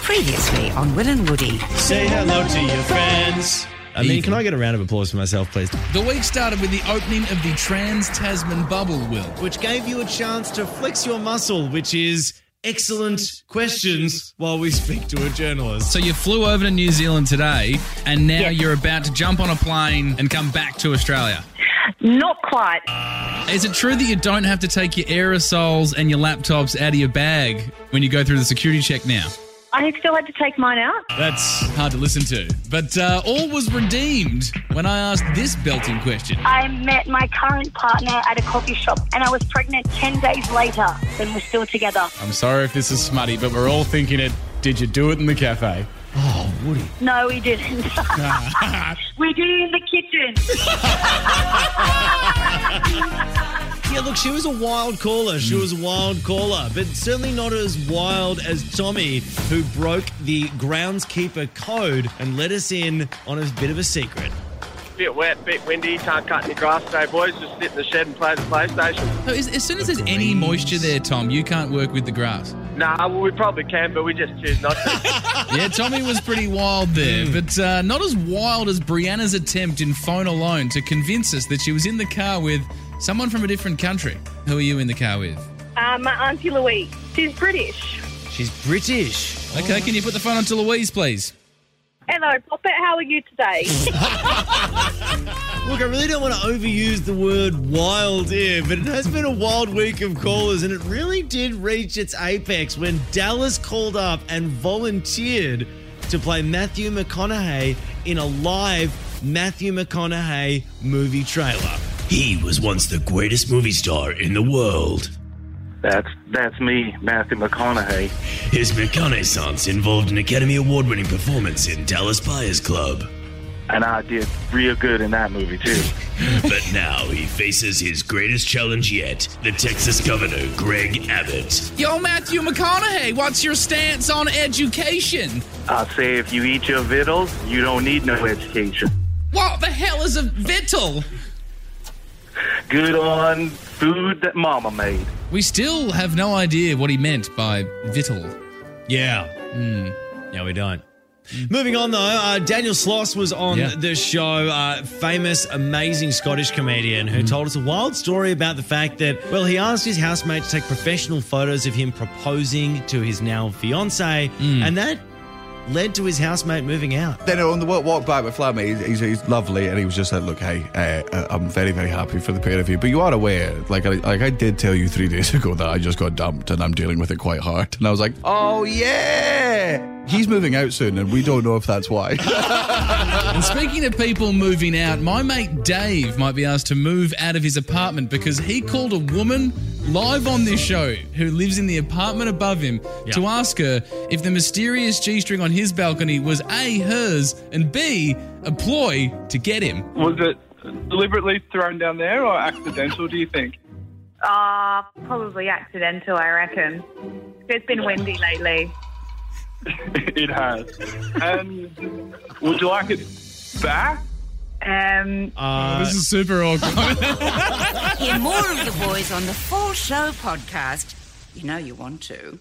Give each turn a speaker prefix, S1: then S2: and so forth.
S1: Previously on Will and Woody.
S2: Say hello to your friends. I mean, can I get a round of applause for myself, please?
S3: The week started with the opening of the Trans Tasman bubble, Will.
S2: Which gave you a chance to flex your muscle, which is excellent questions while we speak to a journalist.
S3: So you flew over to New Zealand today, and now you're about to jump on a plane and come back to Australia.
S4: Not quite.
S3: Is it true that you don't have to take your aerosols and your laptops out of your bag when you go through the security check now?
S4: I still had to take mine out.
S2: That's
S3: Hard to listen to. But uh, all was redeemed when I asked this belting question.
S4: I met my current partner at a coffee shop and I was pregnant 10 days later and we're still together.
S5: I'm sorry if this is smutty, but we're all thinking it. Did you do it in the cafe?
S2: Oh,
S4: No, we didn't. we did it in the kitchen.
S2: Yeah, look, she was a wild caller. She was a wild caller, but certainly not as wild as Tommy, who broke the groundskeeper code and let us in on a bit of a secret.
S6: bit wet, bit windy, can't cut any grass today, boys. Just sit in the shed and play the PlayStation.
S3: So as, as soon as there's any moisture there, Tom, you can't work with the grass.
S6: Nah, well, we probably can, but we just choose not to.
S3: Yeah, Tommy was pretty wild there, but uh, not as wild as Brianna's attempt in phone alone to convince us that she was in the car with someone from a different country. Who are you in the car with?
S7: Uh, my auntie Louise. She's British.
S2: She's British.
S3: Okay, can you put the phone on to Louise, please?
S7: Hello, Poppet. How are you today?
S2: Look, I really don't want to overuse the word wild here, but it has been a wild week of callers, and it really did reach its apex when Dallas called up and volunteered to play Matthew McConaughey in a live Matthew McConaughey movie trailer. He was once the greatest movie star in the world.
S6: that's that's me, Matthew McConaughey.
S2: His reconnaissance involved an Academy Award winning performance in Dallas Buyers Club.
S6: And I did real good in that movie, too.
S2: But now he faces his greatest challenge yet the Texas Governor, Greg Abbott.
S3: Yo, Matthew McConaughey, what's your stance on education?
S6: I say if you eat your vittles, you don't need no education.
S3: What the hell is a vittle?
S6: Good on food that mama made.
S3: We still have no idea what he meant by vittle.
S2: Yeah. Mm. Yeah, we don't. Moving on, though, uh, Daniel Sloss was on
S3: Yeah.
S2: the show, uh, famous, amazing Scottish comedian who told us a wild story about the fact that, well, he asked his housemate to take professional photos of him proposing to his now fiance, and that led to his housemate moving out.
S8: Then on the walk, walk back with Flammy, he's, he's lovely, and he was just like, "Look, hey, uh, I'm very, very happy for the pair of you, but you are aware, like, I, like I did tell you three days ago that I just got dumped, and I'm dealing with it quite hard." And I was like, "Oh yeah." He's moving out soon, and we don't know if that's why.
S3: And speaking of people moving out, my mate Dave might be asked to move out of his apartment because he called a woman live on this show who lives in the apartment above him to ask her if the mysterious G string on his balcony was A, hers, and B, a ploy to get him.
S9: Was it deliberately thrown down there or accidental, do you think?
S7: Ah, probably accidental, I reckon. It's been windy lately.
S9: it has. Um, would you like it back?
S7: Um,
S2: Uh,
S3: This is super awkward.
S1: Hear more of the boys on the Full Show podcast. You know you want to.